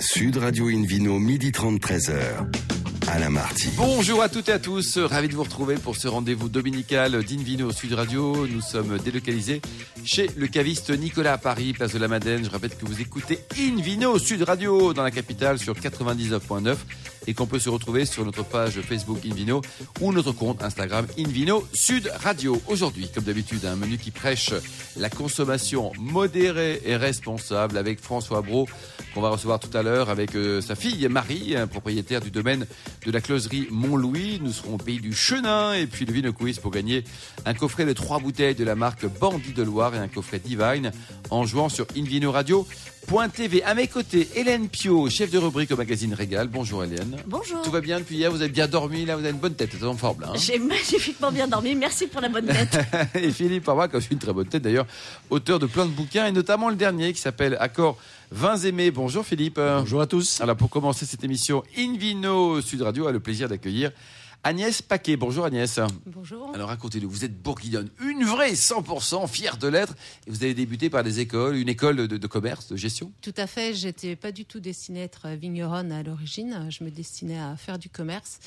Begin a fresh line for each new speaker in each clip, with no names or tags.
Sud Radio Invino, midi 30, 13h. Alain Marty.
Bonjour à toutes et à tous, ravi de vous retrouver pour ce rendez-vous dominical d'Invino Sud Radio. Nous sommes délocalisés chez le caviste Nicolas à Paris, place de la Madeleine. Je rappelle que vous écoutez Invino Sud Radio dans la capitale sur 99.9 et qu'on peut se retrouver sur notre page Facebook Invino ou notre compte Instagram Invino Sud Radio. Aujourd'hui, comme d'habitude, un menu qui prêche la consommation modérée et responsable avec François Brault qu'on va recevoir tout à l'heure avec euh, sa fille Marie, euh, propriétaire du domaine de la closerie Mont-Louis. Nous serons au pays du Chenin et puis le Vino Quiz pour gagner un coffret de trois bouteilles de la marque Bandit de Loire et un coffret Divine en jouant sur Invino Radio. .tv. À mes côtés, Hélène Pio, chef de rubrique au magazine Régal. Bonjour Hélène.
Bonjour.
Tout va bien depuis hier, vous avez bien dormi, là vous avez une bonne tête, vous êtes en forme là. hein
J'ai magnifiquement bien dormi. Merci pour la bonne tête.
et Philippe Arwa, comme je suis une très bonne tête d'ailleurs, auteur de plein de bouquins, et notamment le dernier qui s'appelle Accord Vins aimés. Bonjour Philippe.
Bonjour à tous.
Alors pour commencer cette émission, Invino Sud Radio a le plaisir d'accueillir Agnès Paquet. Bonjour Agnès.
Bonjour.
Alors racontez-nous, vous êtes bourguignonne, une vraie 100%, fière de l'être, et vous avez débuté par des écoles, une école de, de commerce, de gestion.
Tout à fait, j'étais pas du tout destinée à être vigneronne à l'origine, je me destinais à faire du commerce.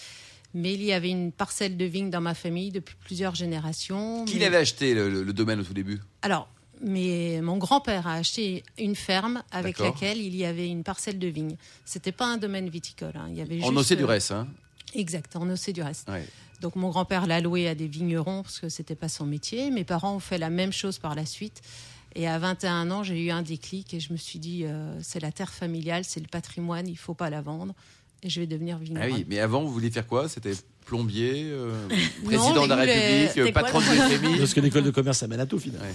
Mais il y avait une parcelle de vigne dans ma famille depuis plusieurs générations.
Qui
Mais-
l'avait acheté le- le- le domaine au tout début
Alors, mais mon grand-père a acheté une ferme avec
D'accord.
laquelle il y avait une parcelle de vigne. C'était pas un domaine viticole, hein, il y avait
En
juste-
ossé du reste, hein
Exact, en ossé du reste.
Ouais.
Donc mon grand-père l'a loué à des vignerons parce que c'était pas son métier. Mes parents ont fait la même chose par la suite. Et à 21 ans, j'ai eu un déclic et je me suis dit euh, c'est la terre familiale, c'est le patrimoine, il faut pas la vendre et je vais devenir
Ah
vigneron.
oui, mais avant, vous vouliez faire quoi C'était plombier, euh, président
Non,
de la
il voulait-
République, euh,
c'était quoi,
patron de
le-
l'UFMI
Parce que l'école de commerce amène à tout finalement.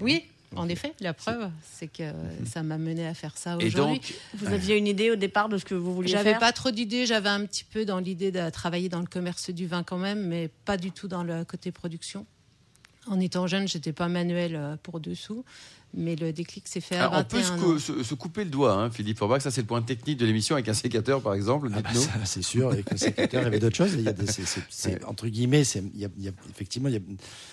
Oui, en effet, la preuve, c'est que ça m'a mené à faire ça
Mhm. Et
aujourd'hui.
donc,
Vous aviez une idée au départ de ce que vous vouliez
J'avais
faire
pas trop d'idées, j'avais un petit peu dans l'idée de travailler dans le commerce du vin quand même, mais pas du tout dans le côté production. En étant jeune, j'étais pas manuel euh, pour dessous, mais le déclic s'est fait à
alors, on peut se,
21
cou-
ans.
se- se couper le doigt, hein, Philippe Forbach. Ça, c'est le point technique de l'émission avec un sécateur, par exemple.
Ah bah,
dites-nous.
ça, c'est sûr, avec le secrétaire, il y avait d'autres choses. Il y a des- c'est- c'est- c'est- entre guillemets, c'est- il y a, il y a- effectivement, il y a,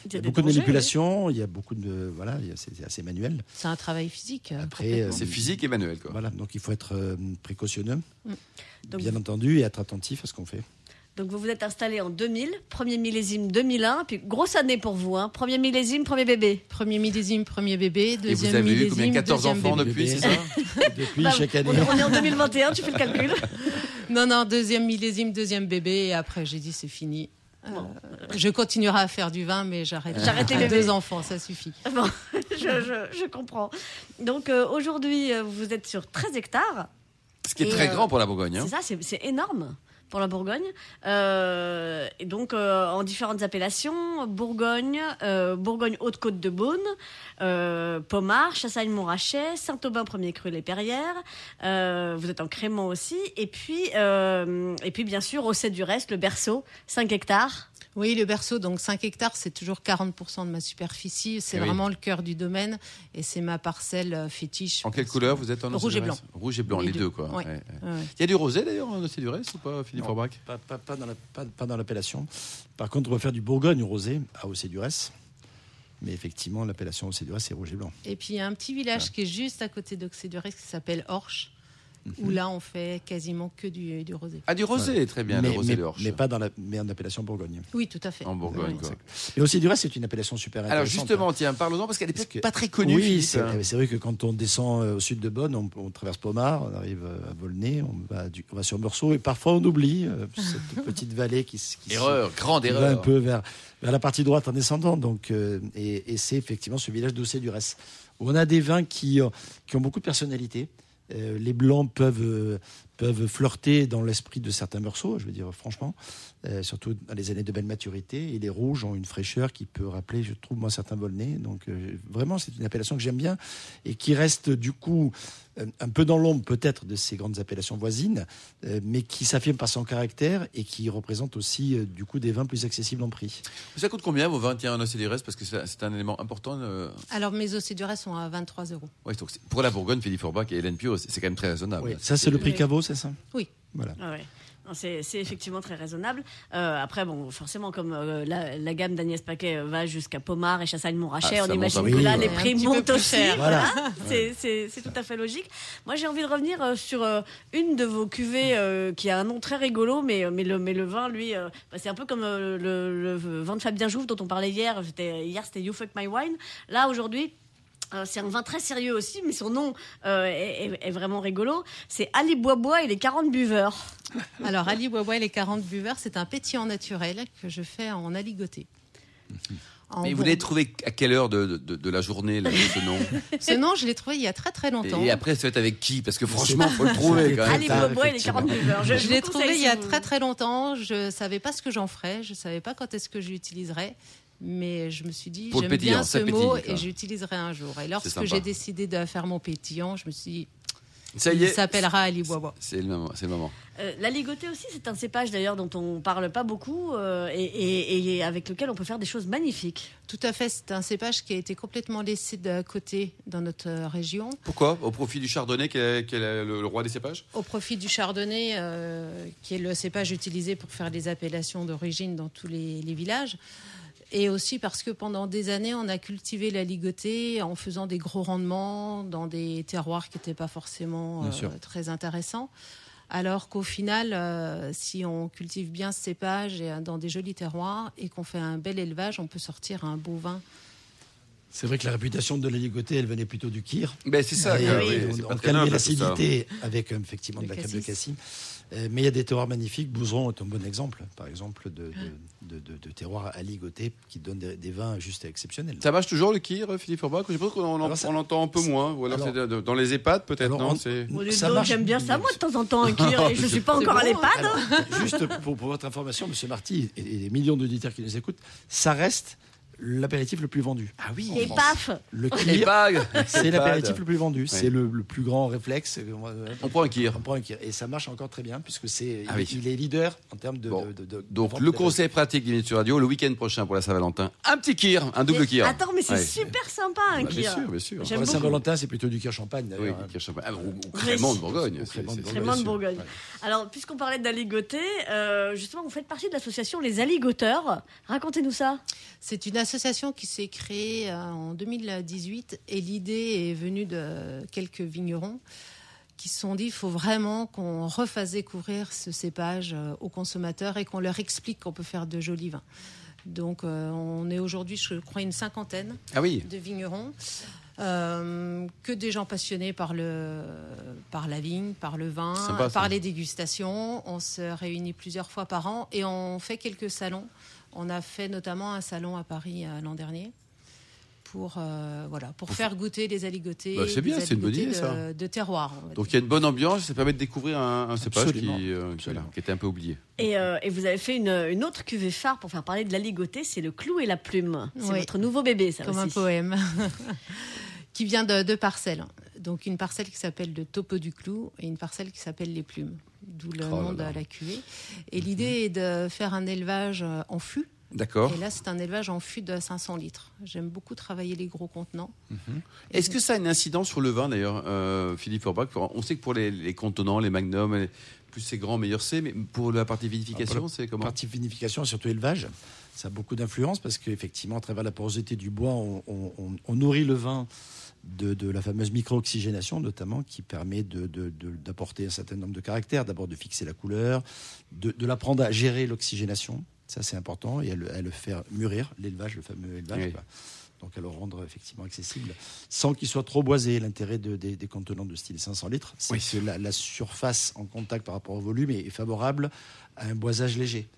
il y
des
a beaucoup de
dangers,
manipulations, il y a beaucoup de. Voilà, il y a- c'est c'est assez manuel.
C'est un travail physique. euh,
Après,
complètement.
euh,
C'est physique et manuel, quoi.
Voilà, donc il faut être euh, précautionneux,
oui. Mm. Donc,
bien entendu, et être attentif à ce qu'on fait.
donc vous vous êtes installé en 2000, premier millésime 2001, puis grosse année pour vous, hein. premier millésime, premier bébé.
Premier millésime, premier bébé,
Et vous
deuxième
avez eu
millésime,
combien 14
deuxième
enfants
bébé.
depuis, c'est
bébé.
ça
Depuis
Bah,
chaque
on,
année.
on est en 2021, tu fais le calcul.
Non, non, deuxième millésime, deuxième bébé, et après j'ai dit c'est fini. Euh,
Bon.
je continuerai à faire du vin, mais j'arrête.
J'arrête les
À
bébés.
deux enfants, ça suffit.
Bon, je, je- je comprends. Donc euh, aujourd'hui, euh, vous êtes sur 13 hectares.
Ce qui est
Et,
très
euh,
grand pour la Bourgogne. hein.
C'est ça, c'est- c'est énorme pour la Bourgogne. Euh, et donc, euh, en différentes appellations, Bourgogne, euh, Bourgogne-Haute-Côte de Beaune, euh, Pommard, Chassagne-Montrachet, Saint-Aubin, Premier Cru, Les Perrières. Euh, vous êtes en Crémant aussi. Et puis, euh, et puis bien sûr, au du reste, le berceau, 5 hectares.
Oui, le berceau, donc 5 hectares, c'est toujours 40% de ma superficie. C'est
Eh oui.
vraiment le cœur du domaine et c'est ma parcelle euh, fétiche.
En quelle couleur vous êtes en
Rouge et blanc.
Océan-Durès Rouge et blanc, les,
Les
deux,
deux.
quoi. Ouais,
Ouais.
ouais.
Ouais, ouais.
Il y a du rosé, d'ailleurs, en Océan du reste ou pas, Philippe
Non.
Forbach
Pas, pas- pas dans la- pas- pas dans l'appellation. Par contre, on va faire du Bourgogne rosé à Océdurès. Mais effectivement, l'appellation Océdurès, c'est rouge et blanc.
Et puis il y a un petit village qui est juste à côté d'Oxédurès qui s'appelle Orche,
Mhm.
où là on fait quasiment que du, du rosé.
Ah, du rosé, très bien,
mais,
le rosé
mais-
de Orge.
mais pas dans la, mais en appellation Bourgogne.
Oui, tout à fait.
En Bourgogne,
Oui.
quoi.
Et aussi du reste, c'est une appellation super
Alors,
intéressante.
justement, tiens, parlons-en, parce qu'elle n'est
Parce que-
pas très connue.
Oui,
Philippe,
c'est
hein.
c'est vrai que quand on descend euh, au sud de Bonn, on, on traverse Pomard, on arrive euh, à Volnay, on va, du- on va sur Meursault, et parfois on oublie euh, cette petite vallée qui, s- qui s-
Erreur, grande
qui va
erreur.
un peu vers, vers la partie droite en descendant. Donc, euh, et et c'est effectivement ce village d'Ossé du reste. On a des vins qui, ont- qui ont beaucoup de personnalité. Euh, les blancs peuvent, euh, peuvent flirter dans l'esprit de certains morceaux, je veux dire franchement, euh, surtout dans les années de belle maturité. Et les rouges ont une fraîcheur qui peut rappeler, je trouve, moi, certains Volnay. Donc euh, vraiment, c'est une appellation que j'aime bien et qui reste du coup euh, un peu dans l'ombre peut-être de ces grandes appellations voisines, euh, mais qui s'affirme par son caractère et qui représente aussi euh, du coup des vins plus accessibles en prix.
Ça coûte combien vos 21 océan du reste Parce que ça- c'est un élément important. euh,
Alors mes Océdurès sont à 23 euros.
Ah bah,
Ouais, donc c'est- pour la Bourgogne, Philippe Forbach et Hélène Pio, c'est c'est quand même très raisonnable.
Ça, c'est le prix
Oui.
caveau, c'est ça
Oui,
Voilà.
Ah ouais. Non, C'est c'est effectivement très raisonnable. Euh, après, bon, forcément, comme euh, la, la gamme d'Agnès Paquet euh, va jusqu'à Pomard et Chassagne-Montrachet,
Ah, ça
on
monte un
imagine
peu,
que là,
ouais.
les
Un
prix
petit peu
montent
plus
aussi.
cher.
Voilà. C'est- C'est c'est tout à fait logique. Moi, j'ai envie de revenir euh, sur euh, une de vos cuvées euh, qui a un nom très rigolo, mais, euh, mais, le, mais le vin, lui, euh, bah, c'est un peu comme euh, le, le vin de Fabien Jouve dont on parlait hier. C'était- Hier, c'était You Fuck My Wine. Là, aujourd'hui, euh, c'est un vin très sérieux aussi, mais son nom euh, est, est- est vraiment rigolo. C'est Ali Bois et les 40 buveurs.
Alors, Ali Wawa et les 40 buveurs, c'est un pétillant naturel que je fais en aligoté. En
Mais vous
Bourg-
l'avez trouvé à quelle heure de, de- de la journée, là, ce nom
Ce nom, je l'ai trouvé il y a très très longtemps.
Et après, ça va être avec qui Parce que franchement, faut le trouver
C'était
quand même.
très
Ali
tard,
Bobo et les
effectivement.
40 buveurs.
Je l'ai
vous conseille
trouvé il y a
si vous-
très très longtemps. Je savais pas ce que j'en ferais. Je savais pas quand est-ce que j'utiliserais. Mais je me suis dit,
Pour le
j'aime
pétillant,
bien ce
ça pétille,
mot
quoi.
et j'utiliserai un jour. Et lorsque
sympa.
j'ai décidé de faire mon pétillant, je me suis dit,
Ça y
il
est.
s'appellera Ali Wawa.
C'est le moment. C'est le moment.
Euh, la ligotée aussi, c'est un cépage d'ailleurs dont on parle pas beaucoup euh, et, et- et avec lequel on peut faire des choses magnifiques.
Tout à fait, c'est un cépage qui a été complètement laissé de côté dans notre euh, région.
Pourquoi Au profit du chardonnay, qui est, qui est le, le roi des cépages
au profit du chardonnay, euh, qui est le cépage utilisé pour faire les appellations d'origine dans tous les, les villages. Et aussi parce que pendant des années, on a cultivé la ligotée en faisant des gros rendements dans des terroirs qui n'étaient pas forcément
Bien
euh,
sûr.
très intéressants. Alors qu'au final, euh, si on cultive bien ce cépage et, euh, dans des jolis terroirs et qu'on fait un bel élevage, on peut sortir un beau vin.
C'est vrai que la réputation de l'hélicotère, elle venait plutôt du kir.
Ben, C'est ça.
Et
que-
oui,
oui,
on-
c'est
on,
pas très
calmait
noble, tout ça.
l'acidité avec euh, effectivement de
Le
la cape de
cassis.
cassis. Euh, mais il y a des terroirs magnifiques. Bouzeron est un bon exemple, par exemple, de, de, de, de- de terroirs à ligoter qui donnent des, des vins juste exceptionnels.
Ça marche toujours le kir, Philippe Orbach Je pense qu'on en-
Alors, ça-
on l'entend un peu moins. Ou alors,
Alors-
c'est de- dans les EHPAD, peut-être,
Alors,
non
on-
C'est-
Bon, dis
Ça
donc,
marche.
J'aime bien ça, moi, de temps en temps, un cuir, et je suis pas
C'est
encore à
bon,
Ah
l'EHPAD. hein.
Alors, juste pour, pour votre information, Monsieur Marty et, et les millions d'auditeurs qui nous écoutent, ça reste l'apéritif le plus vendu.
Ah oui.
Et paf
Les
Le kir,
bagues
c'est l'apéritif le plus vendu. C'est le, le plus grand réflexe. euh,
On prend un kir.
On prend un kir. Et ça marche encore très bien puisque c'est
Ah
il,
oui.
il est leader en termes de.
Bon.
de- de- de-
Donc,
de-
le
de-
conseil pratique d'Init sur Radio, le week-end prochain pour la Saint-Valentin, un petit kir, un double
Mais-
kir.
Attends, mais c'est
Ouais.
super sympa, un
Bah, Bien
cuir.
sûr, bien sûr.
J'aime
Ouais,
beaucoup.
Saint-Valentin, c'est plutôt du kir champagne.
Oui,
d'ailleurs, hein.
kir champagne. Ah, ou, ou crémant de Bourgogne.
Ou
c'est-
crémant de
c'est-
Bourgogne.
Crément de
Bien sûr.
Bourgogne.
Ouais.
Alors, puisqu'on parlait d'aligoté, euh, justement, vous faites partie de l'association Les Aligoteurs. Racontez-nous ça.
C'est une association qui s'est créée euh, en 2018 et l'idée est venue de quelques vignerons qui se sont dit il faut vraiment qu'on refasse découvrir ce cépage euh, aux consommateurs et qu'on leur explique qu'on peut faire de jolis vins. Donc euh, on est aujourd'hui, je crois, une cinquantaine
Ah oui.
de vignerons, euh, que des gens passionnés par, le, par la vigne, par le vin,
Sympa, ça.
par les dégustations. On se réunit plusieurs fois par an et on fait quelques salons. On a fait notamment un salon à Paris euh, l'an dernier. Pour, euh, voilà, pour faire goûter les aligotés.
Bah, c'est bien,
les
c'est une bonne
aligotés
idée, ça.
De, de terroir. on va
Donc
dire.
il y a une bonne ambiance, ça permet de découvrir un, un cépage qui,
Absolument,
euh, qui, voilà,
absolument.
qui était un peu oublié.
Et, euh, et vous avez fait une, une autre cuvée phare pour faire parler de l'aligoté, c'est le clou et la plume. C'est
Oui.
votre nouveau bébé, ça
comme
aussi.
un poème, Ah bah qui vient de deux parcelles. Donc une parcelle qui s'appelle le topo du clou et une parcelle qui s'appelle les plumes, d'où le
Oh là
nom
là. Mhm.
de la cuvée. Et l'idée est de faire un élevage euh, en fût.
D'accord.
Et là, c'est un élevage en fût de 500 litres. J'aime beaucoup travailler les gros contenants.
Est-ce que ça a une incidence sur le vin d'ailleurs, euh, Philippe Forbach On sait que pour les, les contenants, les magnums, les- plus c'est grand, meilleur c'est, mais pour la partie
Ah,
vinification,
pour
c'est
La
comment
partie vinification et surtout élevage, ça a beaucoup d'influence parce qu'effectivement, à travers la porosité du bois, on, on- on- on nourrit le vin de, de la fameuse micro-oxygénation, notamment, qui permet de- de- de- d'apporter un certain nombre de caractères. D'abord, de fixer la couleur, de, de l'apprendre à gérer l'oxygénation. Ça, c'est important. Et à le, à le faire mûrir, l'élevage, le fameux élevage.
Oui.
quoi. Donc, à le rendre effectivement accessible sans qu'il soit trop boisé. L'intérêt de- des, des contenants de style 500 litres, c'est
Oui.
que la, la surface en contact par rapport au volume est est favorable à un boisage léger.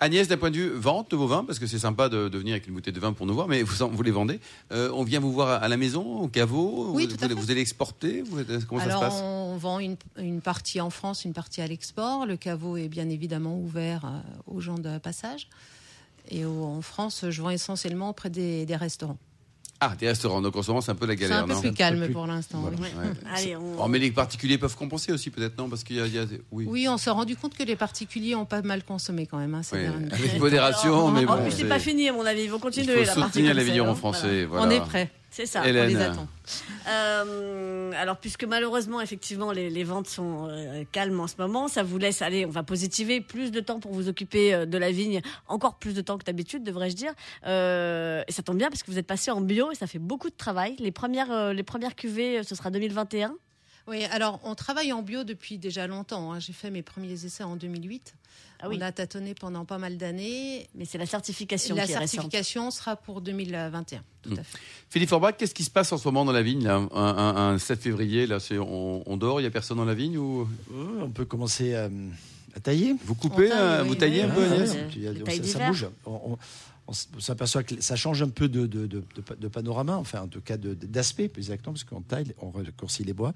Agnès, d'un point de vue vente de vos vins, parce que c'est sympa de, de venir avec une bouteille de vin pour nous voir, mais vous, en- vous les vendez. Euh, on vient vous voir à, à la maison, au caveau
Oui,
vous,
tout à
vous-
fait.
vous allez exporter vous faites- Comment
Alors,
ça se passe
on vend une, une partie en France, une partie à l'export. Le caveau est bien évidemment ouvert euh, aux gens de passage. Et au- en France, je vends essentiellement auprès des- des restaurants.
Ah, des restaurants, donc en ce moment c'est un peu la
C'est
galère,
un peu
non
plus
peu
calme
plus-
pour l'instant.
Voilà.
oui.
Ouais.
Ouais.
Allez, on...
Oh, mais les particuliers peuvent compenser aussi peut-être, non Parce qu'il y a... il y a- oui.
Oui, on s'est rendu compte que les particuliers ont pas mal consommé quand même. hein, ces
Ouais,
derniers temps.
Avec modération, mais
Oh,
bon.
puis c'est pas fini, à mon avis. Ils vont
Il
continuer
faut
la partie.
soutenir
comme
les
ça,
vignerons
hein.
français.
On
voilà.
est prêt.
C'est ça.
On les
Hélène.
attend.
Euh, alors, puisque malheureusement, effectivement, les, les ventes sont euh, calmes en ce moment, ça vous laisse aller, on va positiver, plus de temps pour vous occuper euh, de la vigne, encore plus de temps que d'habitude, devrais-je dire. Euh, et ça tombe bien parce que vous êtes passé en bio et ça fait beaucoup de travail. Les premières, euh, les premières cuvées, euh, ce sera 2021.
Oui, alors on travaille en bio depuis déjà longtemps. hein. J'ai fait mes premiers essais en 2008.
Ah oui.
On a tâtonné pendant pas mal d'années.
Mais c'est la certification
La
qui est récente.
certification sera pour 2021.
Hmm.
Tout à fait.
Philippe Forbach, qu'est-ce qui se passe en ce moment dans la vigne là un, un- un 7 février, là, c'est- on, on dort, il n'y a personne dans la vigne ou
Euh, on peut commencer à, à tailler.
vous coupez,
On taille,
hein,
oui,
vous taillez un
oui, oui,
peu
oui.
Agnès
Agnès
Il y a-
Les
on-
pailles
ça- ça
d'hiver.
bouge. On, on- on s- on s'aperçoit que ça change un peu de, de- de- de pa- de panorama, enfin en tout cas de- de- d'aspect plus exactement, parce qu'on taille, on raccourcit les bois.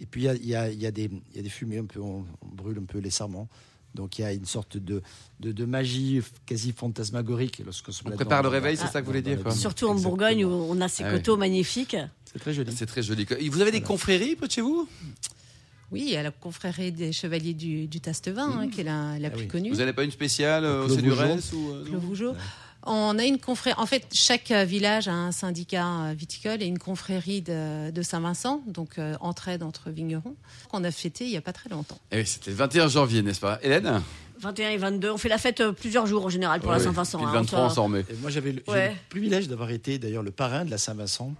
Et puis il y a, il y a- il y a des, il y a des fumées, un peu, on, on brûle un peu les sarments. Donc il y a une sorte de, de, de magie f- quasi fantasmagorique. Lorsqu'on se
On
balade
prépare
dans-
le réveil,
dans-
c'est ça que vous voulez
dans la
dire, quoi.
ville.
Surtout en
Exactement.
Bourgogne où on a ces
Ah oui.
coteaux magnifiques.
C'est très joli.
C'est très joli. Et Vous avez des confréries près de chez vous
Oui, à la confrérie des Chevaliers du, du Tastevin, hein, qui est la, la
Ah
plus
oui.
connue.
Hmm. Vous n'avez pas une spéciale euh, au
Clos
Cédurès
Vougeot.
ou, euh,
Le
non
Vougeot. On a une confrérie. En fait, chaque euh, village a un syndicat euh, viticole et une confrérie de, de Saint-Vincent, donc euh, entraide entre vignerons, qu'on a fêté il n'y a pas très longtemps.
Eh oui, c'était le 21 janvier, n'est-ce pas Hélène
21 et 22, on fait la fête euh, plusieurs jours en général pour
Ah Oui,
la
oui.
Saint-Vincent.
Puis
hein,
le 23,
on
on
sort-
s'en remet.
Et moi, j'avais le, j'ai
Ouais.
le privilège d'avoir été d'ailleurs le parrain de la Saint-Vincent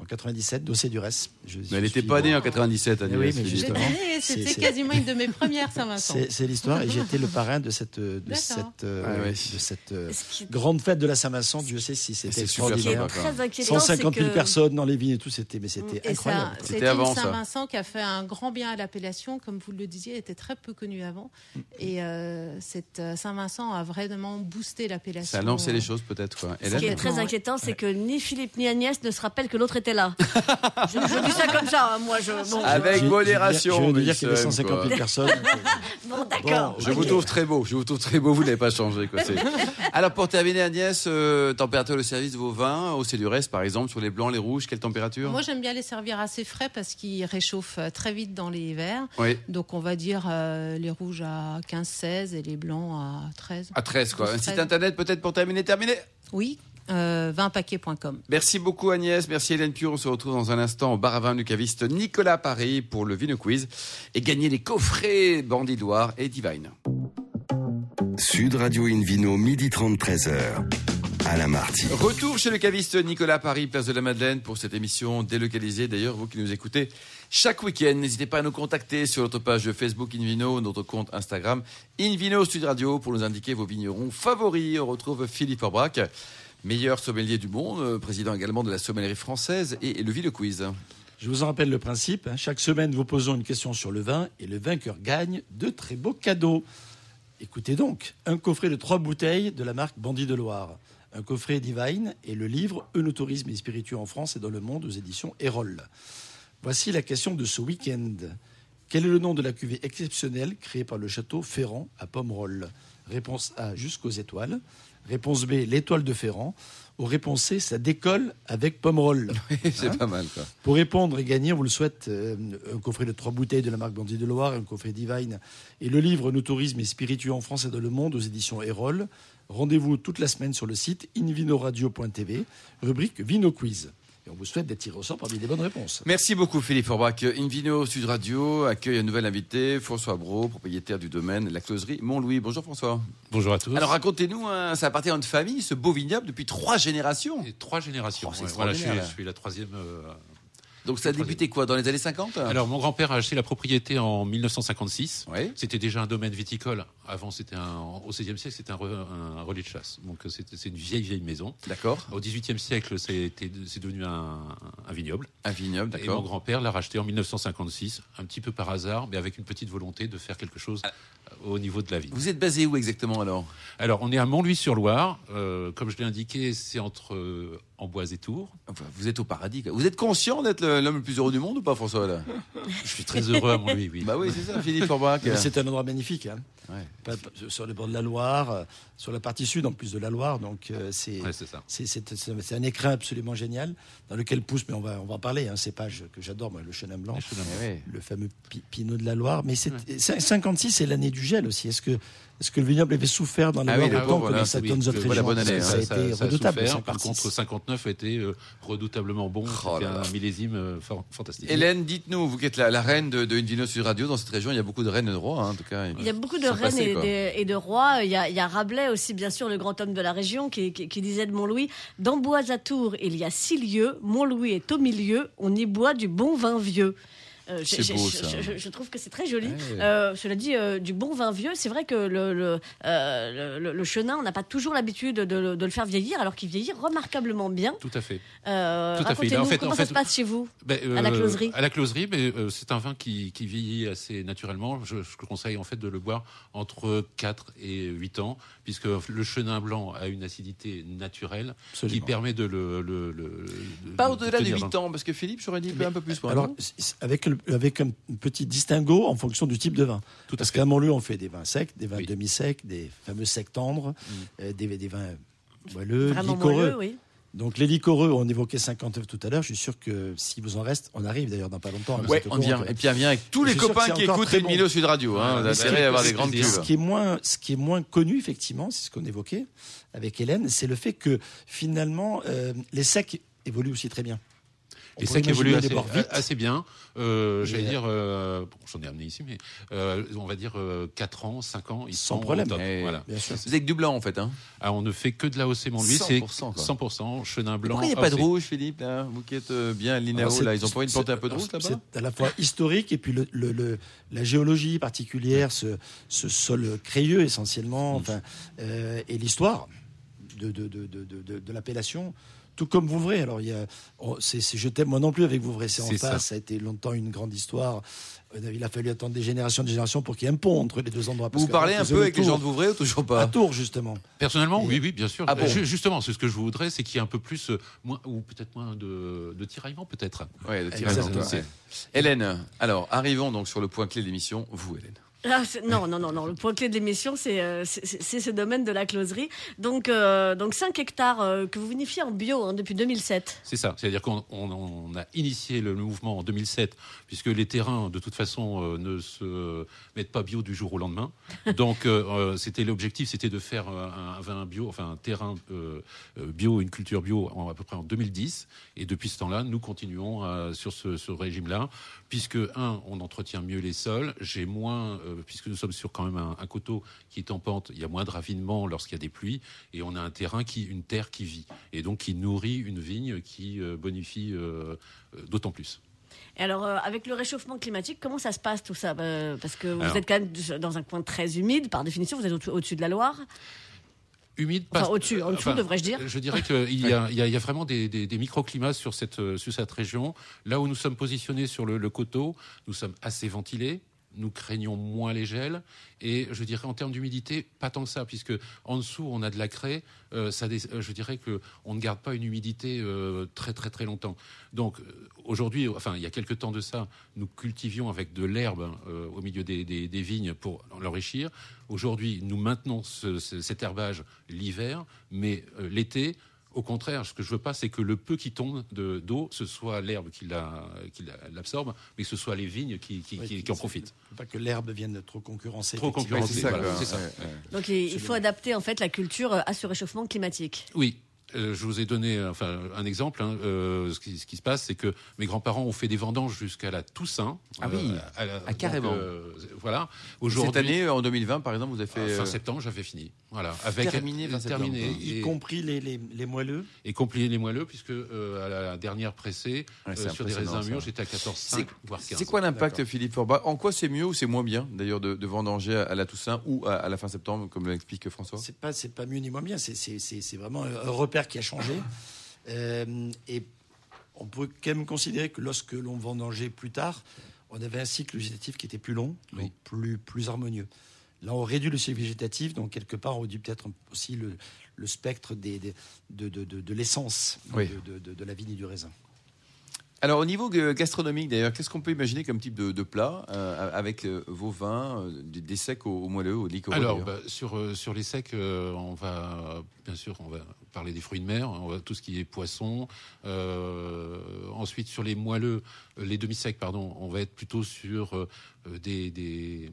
en 97, d'Ossé du Reste. Je- je
Mais elle n'était
suis-
pas née en 97,
Eh oui,
Agnès.
mais
Philippe.
justement.
J'étais-
C'est-
C'était
c'est-
quasiment une de mes premières Saint-Vincent.
C'est c'est l'histoire et j'ai été le parrain de cette de
D'accord.
cette euh,
Ah ouais.
de cette euh,
Ce qui-
grande fête de la Saint-Vincent. Dieu sait si
C'est
c'était
super
Ce qui est
extraordinaire.
sympa. d'accord.
très inquiétant, c'est
150 000
que-
personnes dans les vignes et tout, c'était mais c'était
Et ça,
incroyable.
c'était
C'était avant,
une
ça.
Saint-Vincent qui a fait un grand bien à l'appellation, comme vous le disiez, elle était très peu connue avant. Et euh, cette euh, Saint-Vincent a vraiment boosté l'appellation.
Ça a lancé les choses peut-être. quoi.
Ce qui est
Hélène
très inquiétant, c'est que ni Philippe ni Agnès ne se rappellent que l'autre était là. je, je dis ça comme ça, hein, moi. Je, bon,
Avec
Je- je-
modération,
Je veux
mais
dire qu'il y avait
seul,
150 000
quoi.
personnes.
je- bon, d'accord.
Bon,
Je vous
Ok.
trouve très beau, je vous trouve très beau, vous n'avez pas changé. Quoi. c'est- Alors pour terminer Agnès, euh, température de service de vos vins, au Cédurès par exemple, sur les blancs, les rouges, quelle température
Moi, j'aime bien les servir assez frais parce qu'ils réchauffent euh, très vite dans les verres.
Oui,
Donc on va dire euh, les rouges à 15-16 et les blancs à 13.
à 13 quoi. Un
12,
site
13.
internet peut-être pour terminer, terminer
Oui, euh, 20paquets.com.
Merci beaucoup Agnès, merci Hélène Pure. On se retrouve dans un instant au bar à vin du caviste Nicolas Paris pour le Vino Quiz et gagner les coffrets Bandidoire et Divine.
Sud Radio Invino, midi 30, 13h. Alain Marty.
Retour chez le caviste Nicolas Paris, place de la Madeleine, pour cette émission délocalisée. D'ailleurs, vous qui nous écoutez chaque week-end, n'hésitez pas à nous contacter sur notre page Facebook Invino, notre compte Instagram Invino Sud Radio pour nous indiquer vos vignerons favoris. On retrouve Philippe Orbrac, meilleur sommelier du monde, euh, président également de la sommellerie française et et le Vino Quiz.
Je vous en rappelle le principe. hein. Chaque semaine, vous posons une question sur le vin et le vainqueur gagne de très beaux cadeaux. Écoutez donc, un coffret de trois bouteilles de la marque Bandit de Loire, un coffret Divine et le livre Œnotourisme et spiritueux en France et dans le monde aux éditions Erol. Voici la question de ce week-end. Quel est le nom de la cuvée exceptionnelle créée par le château Ferrand à Pomerol Réponse A, jusqu'aux étoiles. Réponse B, l'étoile de Ferrand. Ou réponse C, ça décolle avec Pomerol.
C'est pas mal, quoi.
Pour répondre et gagner, on vous le souhaite, euh, un coffret de trois bouteilles de la marque Bandit de Loire, un coffret Divine et le livre Nos tourismes et spiritueux en France et dans le monde aux éditions Erol. Rendez-vous toute la semaine sur le site invinoradio.tv, rubrique Vino Quiz. Et on vous souhaite d'être tiré au sort parmi les bonnes réponses.
Merci beaucoup Philippe Orbach. Invino Sud Radio accueille un nouvel invité, François Bro, propriétaire du domaine La Closerie Mont-Louis. Bonjour François.
Bonjour à tous.
Alors racontez-nous, hein, ça appartient à une famille, ce beau vignoble depuis trois générations.
Et trois générations.
Oh, c'est
Ouais, voilà, je, suis,
extraordinaire.
je suis la troisième. euh,
Donc ça a
Troisième.
débuté quoi Dans les années 50
Alors, mon grand-père a acheté la propriété en 1956.
Oui.
C'était déjà un domaine viticole. Avant, c'était un, au XVIe siècle, c'était un, re- un relais de chasse. Donc, euh, c'était- c'est une vieille, vieille maison.
D'accord.
Au XVIIIe siècle, c'était- c'est devenu un, un vignoble.
Un vignoble,
Et mon
d'accord.
grand-père l'a racheté en 1956, un petit peu par hasard, mais avec une petite volonté de faire quelque chose euh, au niveau de la vie.
Vous êtes basé où exactement alors
Alors, on est à Montluis-sur-Loire. Euh, comme je l'ai indiqué, c'est entre euh, Amboise et Tours.
Enfin, Vous êtes au paradis. quoi. Vous êtes conscient d'être le- l'homme le plus heureux du monde ou pas, François là
Je suis très heureux à Montluis, oui.
Bah oui, c'est ça, Philippe Orbach.
Mais C'est un endroit magnifique, hein.
Ouais.
Pas- pas- sur le bord de la Loire, euh, sur la partie sud en plus de la Loire, donc euh, c'est
Ouais, c'est ça.
c'est- c'est- c'est- c'est un écrin absolument génial dans lequel pousse, mais on va, on va en parler, un cépage que j'adore, moi, le chenin blanc.
Les chemins blancs.
Eh oui.
le fameux pi- Pinot de la Loire. Mais c'est- cin- 56, c'est l'année du gel aussi. Est-ce que Est-ce que le vignoble avait souffert dans les
Ah oui,
meilleurs
le
temps
pauvre,
que
hein,
voilà,
les Saturnes
euh,
d'autres
voilà,
régions
bonne année,
Ça,
hein,
a été redoutable.
souffert. Par
56.
contre, 59 a été euh, redoutablement bon.
Oh
C'était
là là.
un millésime euh, fa- fantastique.
Hélène, dites-nous, vous qui êtes la, la reine de, de Invino Sud Radio, dans cette région, il y a beaucoup de reines et de rois, hein, en tout cas.
Il y a beaucoup
Ils
de
sont
reines
passés,
et,
quoi.
des- et de rois. Il y, a, il y a Rabelais aussi, bien sûr, le grand homme de la région, qui, qui- qui disait de Montlouis D'Amboise à Tours, il y a six lieux. Montlouis est au milieu. On y boit du bon vin vieux. Euh, je-
C'est
je-
beau,
je,
ça.
je- je trouve que c'est très joli.
Ouais.
Euh, cela dit, euh, du bon vin vieux, c'est vrai que le, le, euh, le- le- le chenin, on n'a pas toujours l'habitude de, le- de le faire vieillir, alors qu'il vieillit remarquablement bien.
Tout à fait.
Euh,
Tout à fait.
Racontez-nous
En fait-
comment
en
ça
fait-
se passe chez vous.
Ben, euh,
À la closerie.
À la closerie, mais, euh, c'est un vin qui, qui vieillit assez naturellement. Je, je conseille en fait de le boire entre 4 et 8 ans, puisque le chenin blanc a une acidité naturelle qui
Absolument.
permet de le. le- le- de-
Pas
de
au-delà de
tenir
8 ans, parce que Philippe, j'aurais dit
hein. Mais,
un peu plus. moi,
Alors,
non
c- c- avec, le- avec un petit distinguo en fonction du type de vin.
Tout à
Parce
fait.
qu'à Montlieu, on fait des vins secs, des vins
Oui.
demi-secs, des fameux secs tendres,
Mm.
euh, des, des vins moelleux,
Vraiment
liquoreux.
moelleux, oui.
Donc les liquoreux, on évoquait 59 tout à l'heure, je suis sûr que s'il vous en reste, on arrive d'ailleurs dans pas longtemps. à
Ouais,
cette hein.
on vient.
rencontre.
Et puis, on vient avec tous les
Je suis sûr
copains
que c'est
qui
encore
écoutent
très
Invino
bon. Ah,
Sud Radio. Hein,
Mais
vous avez
ce qui-
intérêt à avoir
ce
des
qui-
grandes
Ce
pubs.
qui est moins, ce qui est moins connu effectivement, c'est ce qu'on évoquait avec Hélène, c'est le fait que finalement euh, les secs évoluent aussi très bien. On
Et
pourrait
ça qui évolue
imaginer
assez,
des bords vite.
assez bien. Euh, J'allais
Et,
dire, euh, bon, j'en ai amené ici, mais euh, on va dire 4 ans, 5 ans, ils
Sans
sont au
problème.
top.
Eh,
Voilà.
Bien sûr.
Vous êtes que du blanc, en fait. Hein.
Ah, on ne fait que de la hausse et lui, c'est
100%, quoi.
100%, chenin blanc.
Pourquoi il n'y a pas de
AOC.
rouge, Philippe là Vous qui êtes euh, bien
Alors,
l'INAO,
Ah, c'est-
là, ils ont pas envie de planter un peu de
alors,
rouge là-bas
C'est à la fois historique et puis le- le- le- la géologie particulière, ce, ce sol crayeux essentiellement, enfin, euh, et l'histoire de, de, de, de, de- de- de l'appellation. Tout comme Vouvray. Alors, il y a, oh, c'est, c'est- je t'aime moi non plus avec Vouvray. C'est en
C'est ça.
face. Ça. a été longtemps une grande histoire. Euh, Il a fallu attendre des générations, des générations pour qu'il y ait un pont entre les deux endroits.
Vous
parce
vous
que
parlez
avant
un
qu'ils
peu
aient le
avec les
tour-
gens de Vouvray ou toujours
À
pas
Tours, justement.
Personnellement,
Et-
oui, oui, bien sûr.
Ah bon
Ju- Justement, c'est ce que je voudrais, c'est qu'il y ait un peu plus, euh, moins, ou peut-être moins de, de tiraillement, peut-être.
Ouais, le
Exactement.
tiraillement, ouais. Hélène, alors arrivons donc sur le point clé de l'émission, vous Hélène.
Ah, c'est- non, non, non, non. Le point clé de l'émission, c'est euh, c'est- c'est- c'est ce domaine de la closerie. Donc, euh, donc 5 hectares euh, que vous vinifiez en bio hein, depuis 2007.
C'est ça. C'est-à-dire qu'on on- on a initié le mouvement en 2007, puisque les terrains, de toute façon, euh, ne se mettent pas bio du jour au lendemain. Donc, euh, euh, c'était l'objectif, c'était de faire euh, un, vin bio, enfin un terrain euh, euh, bio, une culture bio, en- à peu près en 2010. Et depuis ce temps-là, nous continuons euh, sur ce, ce régime-là, puisque un, on entretient mieux les sols. J'ai moins, euh, puisque nous sommes sur quand même un, un coteau qui est en pente, il y a moins de ravinement lorsqu'il y a des pluies, et on a un terrain qui, une terre qui vit et donc qui nourrit une vigne qui euh, bonifie euh, euh, d'autant plus.
Et alors, euh, avec le réchauffement climatique, comment ça se passe tout ça Bah, Parce que vous
Alors.
êtes quand même dans un coin très humide, par définition, vous êtes au- au-dessus de la Loire.
Humide,
Enfin,
pas-
au-dessus, en dessous, devrais-je dire.
Je dirais qu'il y, a- il y a il y a vraiment des, des- des microclimats sur cette, euh, sur cette région. Là où nous sommes positionnés sur le, le coteau, nous sommes assez ventilés. Nous craignons moins les gels et je dirais en termes d'humidité pas tant que ça puisque en dessous on a de la craie. euh, ça, dé- euh, je dirais que on ne garde pas une humidité euh, très très très longtemps. Donc euh, aujourd'hui, enfin il y a quelques temps de ça, nous cultivions avec de l'herbe euh, au milieu des, des- des vignes pour l'enrichir. Aujourd'hui, nous maintenons ce- ce- cet herbage l'hiver, mais euh, l'été, au contraire, ce que je veux pas, c'est que le peu qui tombe de- d'eau, ce soit l'herbe qui la- qui la- l'absorbe, mais que ce soit les vignes qui, qui-
Oui,
qui-
c'est-
qui en
c'est-
profitent.
Faut Pas que l'herbe vienne trop concurrencer.
Trop
effectivement.
concurrencer,
Ouais, c'est ça,
voilà,
quoi.
c'est ça.
Donc, il, il faut adapter en fait la culture euh, à ce réchauffement climatique.
Oui. euh, je vous ai donné euh, enfin, un exemple. hein, euh, ce, qui, ce qui se passe, c'est que mes grands-parents ont fait des vendanges jusqu'à la Toussaint.
Ah oui,
la-
ah, carrément.
euh, voilà.
Cette
Aujourd'hui,
année, euh, en 2020 par exemple, vous
Ah,
avez fait...
euh, fin
euh,
septembre, j'avais fini. Voilà, avec euh,
Terminé fin septembre.
terminé,
Y
et-
compris les, les, les moelleux.
et complier les moelleux, puisque euh, à la dernière pressée,
Ouais,
euh,
c'est
sur des raisins
impressionnant, ça.
mûrs, j'étais à 14,5 voire 15.
C'est quoi l'impact, Philippe Forba En quoi c'est mieux ou c'est moins bien, d'ailleurs, de, de vendanger à la Toussaint ou à, à la fin septembre, comme l'explique François
C'est pas, c'est pas mieux ni moins bien. C'est, c'est, c'est, c'est vraiment un repère qui a changé. Euh, et on peut quand même considérer que lorsque l'on vendangeait plus tard, on avait un cycle végétatif qui était plus long,
Oui.
donc plus, plus harmonieux. Là, on réduit le cycle végétatif, donc quelque part, on réduit peut-être aussi le, le spectre des, des- de, de, de- de l'essence
Oui.
de, de- de- de la vigne et du raisin.
Alors, au niveau euh, gastronomique, d'ailleurs, qu'est-ce qu'on peut imaginer comme type de, de plat euh, avec euh, vos vins, euh, des, des secs au, au moelleux, au liquoreux
Alors,
d'ailleurs
bah, sur, euh, sur les secs, euh, on va, bien sûr, on va parler des fruits de mer, hein, on va- tout ce qui est poisson. Euh, ensuite, sur les moelleux, euh, les demi-secs, pardon, on va être plutôt sur euh, des, des, des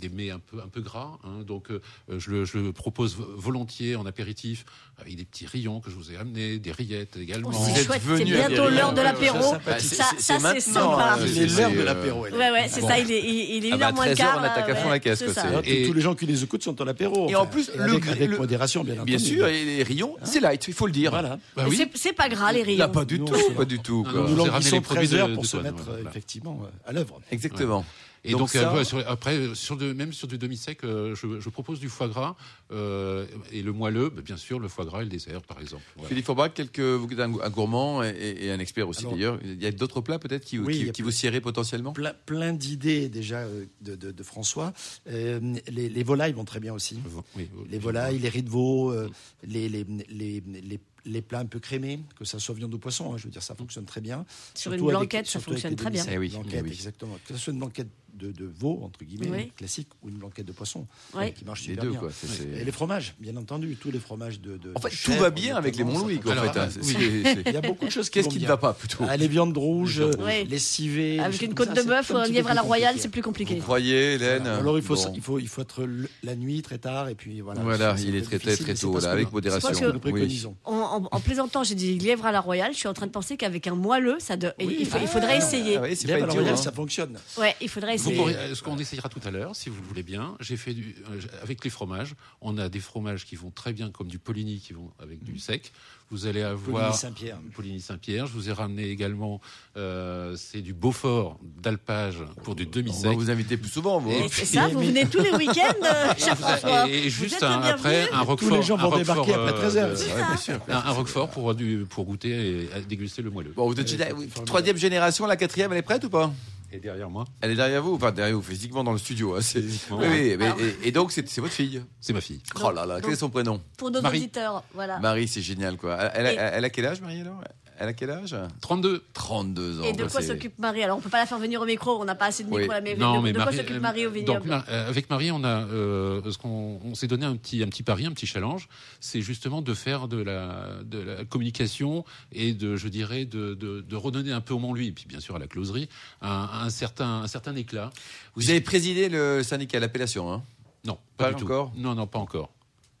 des mets un peu, un peu gras. hein. donc, euh, je, le, je le propose vo- volontiers en apéritif avec des petits rillons que je vous ai amenés, des rillettes également.
Oh,
bah,
Vous
c'est
êtes
chouette, c'est
venu à
bientôt
Guérilla.
l'heure de
Ouais,
ouais,
l'apéro.
ouais, ça,
Ça, ça, c'est
maintenant,
sympa.
hein.
Il
C'est-
est l'heure
c'est,
de
euh,
l'apéro. elle.
Ouais, ouais, c'est
Bon.
ça, il est, il, il est
Ah
une
bah,
heure moins le
13 heures,
quart. euh,
on attaque à fond la caisse,
c'est
quoi,
ça.
c'est-
Alors,
Et-
Ah, Tous les gens qui les écoutent sont en apéro.
Et en plus, le
avec,
gr-
avec
le-
modération, bien,
Bien
entendu.
sûr, et les rayons, c'est light, il faut le dire.
Voilà.
Bah
Ah
Mais
oui.
c'est- C'est pas gras, les Ah rires.
Là, pas du
Non,
tout,
c'est
pas du tout.
Non,
quoi.
Nous
non, J'ai ramené
languissons
les produits
13 heures
de-
pour
de
se
douane,
mettre
voilà.
euh, effectivement euh, à l'œuvre.
Exactement.
Et
Donc
donc,
ça-
euh, ouais, sur- après, sur de, même sur du demi-sec, euh, je, je propose du foie gras euh, et le moelleux, bah, bien sûr, le foie gras et le dessert, par exemple. Voilà.
Philippe Forbach, quelques, vous êtes un, un gourmand et- et, et un expert aussi
Alors-
d'ailleurs. Il y a d'autres plats peut-être qui,
Oui,
qui-
il y a
qui
plein-
vous siéraient potentiellement
Plein, plein d'idées déjà euh, de, de- de François. Euh, les, les volailles vont très bien aussi.
Oui,
Les volailles, les riz de veau, euh, les, les, les- les- les plats un peu crémés, que ça soit viande ou poisson, hein, je veux dire, ça fonctionne très bien.
Sur
Surtout
une
avec-
blanquette, ça
surtout avec
fonctionne
des
très bien.
demi-secs,
Eh oui,
blanquette,
eh oui.
exactement. Que ce soit une blanquette de, de veau, entre guillemets,
Oui.
classique, ou une blanquette de poisson,
Oui.
qui marche
Les
super
deux,
bien.
quoi. C'est- c'est-
Et les fromages, bien entendu, tous les fromages de. de-
En fait,
de
tout
chèvre,
va bien avec les
notamment,
Montlouis,
ça
quoi, en
fonctionne
fait. hein.
très
C'est-
bien.
c'est-
Il y a beaucoup de choses qui
Qu'est-ce
vont
qui ne
bien.
va pas plutôt
Ah, les viandes rouges,
Les
rouges. Oui.
les civets.
Avec
les
une
choses
côte
comme
de
ça,
bœuf
c'est
ou
un
un
petit peu
lièvre à la
plus
royale,
compliqué.
c'est plus
Vous
compliqué.
croyez, Hélène
Alors il faut,
Bon.
il faut, il faut être le- la nuit très tard et puis voilà.
Voilà,
C'est- c'est
il est
un peu
très, très,
difficile,
très
mais c'est
tôt,
pas ce
là,
que-
avec
c'est
modération.
pas ce que nous
Oui.
préconisant.
En, en- en plaisantant, j'ai dit lièvre à la royale. Je suis en train de penser qu'avec un moelleux, ça de- il,
Oui,
il fa- il
ah,
faudrait
non.
essayer.
Ah ouais, c'est
Bien,
pas
alors,
idiot,
regarde,
hein.
ça fonctionne.
Ouais, il faudrait
Vous
essayer.
pourrez- euh, ce qu'on essayera tout à l'heure, si vous le voulez bien, j'ai fait du, euh, avec les fromages. On a des fromages qui vont très bien, comme du Polini, qui vont avec du sec. Vous allez avoir
Mm. Poligny Saint-Pierre.
Poligny Saint-Pierre. Je vous ai ramené également, euh, c'est du Beaufort d'alpage pour du
On va
demi-sec.
vous inviter plus souvent, vous.
Et c'est ça, vous venez tous les week-ends, euh, cher François.
Ah, Et, et
Vous
juste
êtes le
un- après
bienvenu.
un roquefort,
les gens
un
vont débarquer
Roquefort,
après
euh,
13 heures.
de-
C'est
ouais, bien sûr. un, un roquefort pour, euh, du, pour goûter et euh, déguster le moelleux.
Bon, vous êtes
c'est
oui,
formidable.
troisième génération, la quatrième, elle est prête ou pas
Et derrière moi,
Elle est derrière vous, enfin derrière vous, physiquement dans le studio. hein, c'est-
Physiquement.
Oui, oui, mais-
Alors-
et, et donc c'est c'est votre fille.
c'est ma fille.
Ah Oh là là, quel est son prénom
Pour nos
Marie.
auditeurs, voilà.
Marie, c'est génial quoi. Elle, elle-
Ah. Et-
elle a quel âge, Marie alors Elle a quel âge
32.
32 ans.
Et de
bah,
quoi
c'est-
s'occupe Marie Alors, on peut pas la faire venir au micro, on n'a pas assez de
Oui.
micro à la mais
Non,
de,
mais
de quoi
Marie-
s'occupe Marie au
donc,
vignoble
Mar- euh, avec Marie, on a euh, ce qu'on on s'est donné un petit un petit pari, un petit challenge, c'est justement de faire de la de la communication et de je dirais de, de, de redonner un peu au Montluis, et puis bien sûr à la closerie un, un certain un certain éclat.
Vous avez présidé le syndicat, l'appellation, hein
Non, pas,
Pas
du
encore
tout. Non, non, pas encore.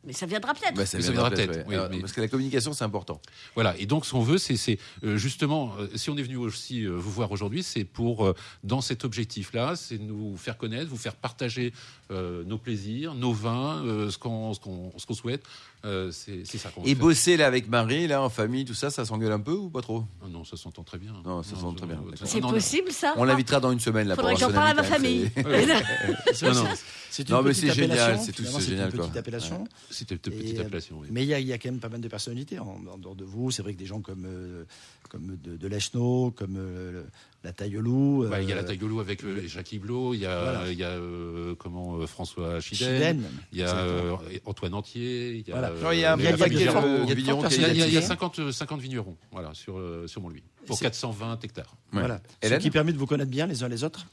Mais ça viendra peut-être.
Bah, ça
Mais ça
viendra
viendra peut-être,
peut-être,
oui,
Alors,
mais-
Parce que la communication, c'est important.
Voilà. Et donc, ce qu'on veut, c'est- c'est euh, justement, euh, si on est venu aussi euh, vous voir aujourd'hui, c'est pour, euh, dans cet objectif-là, c'est nous faire connaître, vous faire partager euh, nos plaisirs, nos vins, euh, ce qu'on ce qu'on- ce qu'on souhaite. Euh, c'est c'est ça qu'on veut.
Et
faire.
bosser là avec Marie, là en famille, tout ça, ça s'engueule un peu ou pas trop
Ah Non, ça s'entend très bien.
Non, ça s'entend très bien,
non,
d'accord.
C'est
non, non.
possible, ça
On l'invitera dans une semaine là.
Faudrait que
pour
j'en
avoir
parle à ma
son invité,
famille.
c'est-
C'est vrai,
Non, non.
c'est- C'est une
Non, mais
petite
c'est génial,
appellation,
c'est tout-
finalement,
c'est génial,
une
quoi.
petite appellation.
C'est une petite
Et, euh,
appellation. oui.
Mais il y, a- il y a quand même pas mal de personnalités en, en dehors de vous. C'est vrai que des gens comme, euh, comme de, de Lachenot, comme euh, le- la Tailleloup.
Bah, Il y a la
euh,
Taïgolou avec euh, Jacques Iblot, il y a,
Voilà.
il y a euh, comment, euh, François Chidel,
Chilène.
il y a
Exactement.
euh, Antoine Entier, il y a,
Voilà.
euh,
Non, Il y a un
Il y a-
paquet
la
il y a des
famille
de
gens-
Giraud.
il y a
vignerons
trois
qui-
Ah, Il y a, il y a- il y a
personnalités.
50, euh, 50 vignerons voilà, sur, euh, sur Montlouis, pour
C'est-
420 hectares.
Ouais.
Voilà. Ce
Hélène
qui permet de vous connaître bien les uns les autres.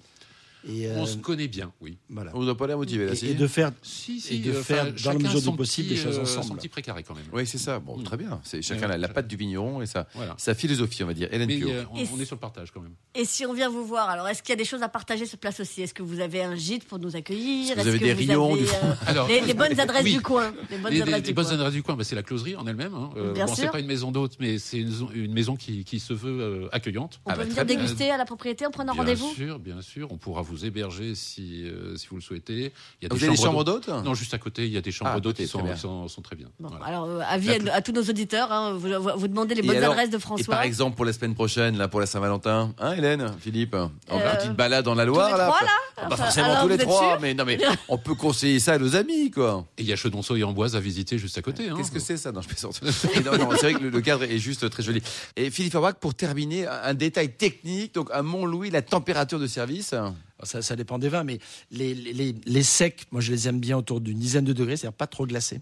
Et, euh,
On se connaît bien, oui.
voilà.
On vous a pas l'air motivé là,
Et-
si
et de faire
Si,
si, de euh, faire, enfin, dans la chacun mesure du son possible, des petit, choses euh, ensemble.
Son
son
petit
petit
précaré quand même.
Oui, c'est ça. Bon, très bien. C'est chacun
Ouais,
la, la
je-
patte du vigneron et sa,
Voilà.
sa philosophie, on va dire. Hélène
Mais
Pio.
euh, on,
Et
on est sur le partage quand même.
Et si on vient vous voir, alors est-ce qu'il y a des choses à partager sur place aussi Est-ce que vous avez un gîte pour nous accueillir
Est-ce que vous avez
que
des rayons du-
euh,
Alors,
les, les bonnes adresses
oui.
du coin Les bonnes
Les, les-
adresses
les
du
bonnes
coin.
adresses du coin, bah, c'est la closerie en elle-même. Hein. Euh,
Bien
bon, c'est
sûr.
pas une maison d'hôte, mais c'est une, zon- une maison qui, qui se veut euh, accueillante.
On
Ah bah,
peut
très
venir
bien.
déguster à la propriété en prenant
bien
rendez-vous
sûr, bien sûr. On pourra vous héberger si, euh, si vous le souhaitez. Il y a
Vous avez des chambres d'hôtes
Non, juste à côté, il y a des chambres
Ah,
d'hôtes
ok,
qui
très
sont,
bien.
sont- sont très bien.
Bon,
Voilà.
alors, euh, avis à, à tous nos auditeurs, hein, vous, vous- vous demandez les
Et
bonnes
alors-
adresses de
Et
François.
par exemple, pour la semaine prochaine, là, pour la Saint-Valentin, hein, Hélène, Philippe, en
Euh,
petite balade dans la
tous les
Loire, là,
trois,
pas-
là
Ah, Pas
Enfin,
forcément
alors,
tous
vous
les
êtes
trois,
sûrs
mais non, mais on peut conseiller ça à nos amis, quoi.
Et il y a Chenonceau et Amboise à visiter juste à côté. hein.
Qu'est-ce que c'est ça Non, je plaisante. Et non, non, c'est vrai que le, le cadre est juste très joli. Et Philippe Fabrac, pour terminer, un, un détail technique. Donc, à Mont-Louis, la température de service.
Alors, Ah, Ça, ça dépend des vins, mais les, les- les- les secs, moi je les aime bien autour d'une dizaine de degrés, c'est-à-dire pas trop glacés.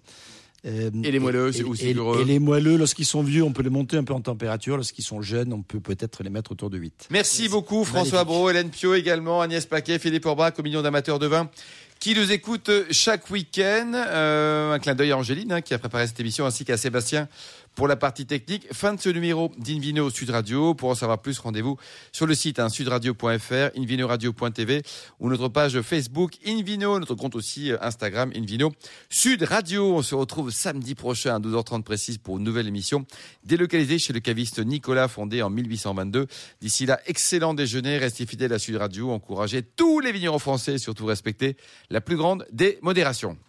Euh,
Et les moelleux, c'est aussi
et-
heureux.
Et les moelleux, lorsqu'ils sont vieux, on peut les monter un peu en température. Lorsqu'ils sont jeunes, on peut peut-être les mettre autour de 8.
Merci beaucoup, François
Magnifique.
Brault, Hélène Pio également, Agnès Paquet, Philippe Orbach, au million d'amateurs de vin qui nous écoutent chaque week-end. Euh, un clin d'œil à Angéline hein, qui a préparé cette émission ainsi qu'à Sébastien pour la partie technique. Fin de ce numéro d'Invino Sud Radio. Pour en savoir plus, rendez-vous sur le site hein, sudradio.fr, invinoradio.tv ou notre page Facebook Invino, notre compte aussi euh, Instagram Invino Sud Radio. On se retrouve samedi prochain à 12h30 précise pour une nouvelle émission délocalisée chez le caviste Nicolas, fondé en 1822. D'ici là, excellent déjeuner, restez fidèles à Sud Radio, encouragez tous les vignerons français et surtout respectez la plus grande des modérations.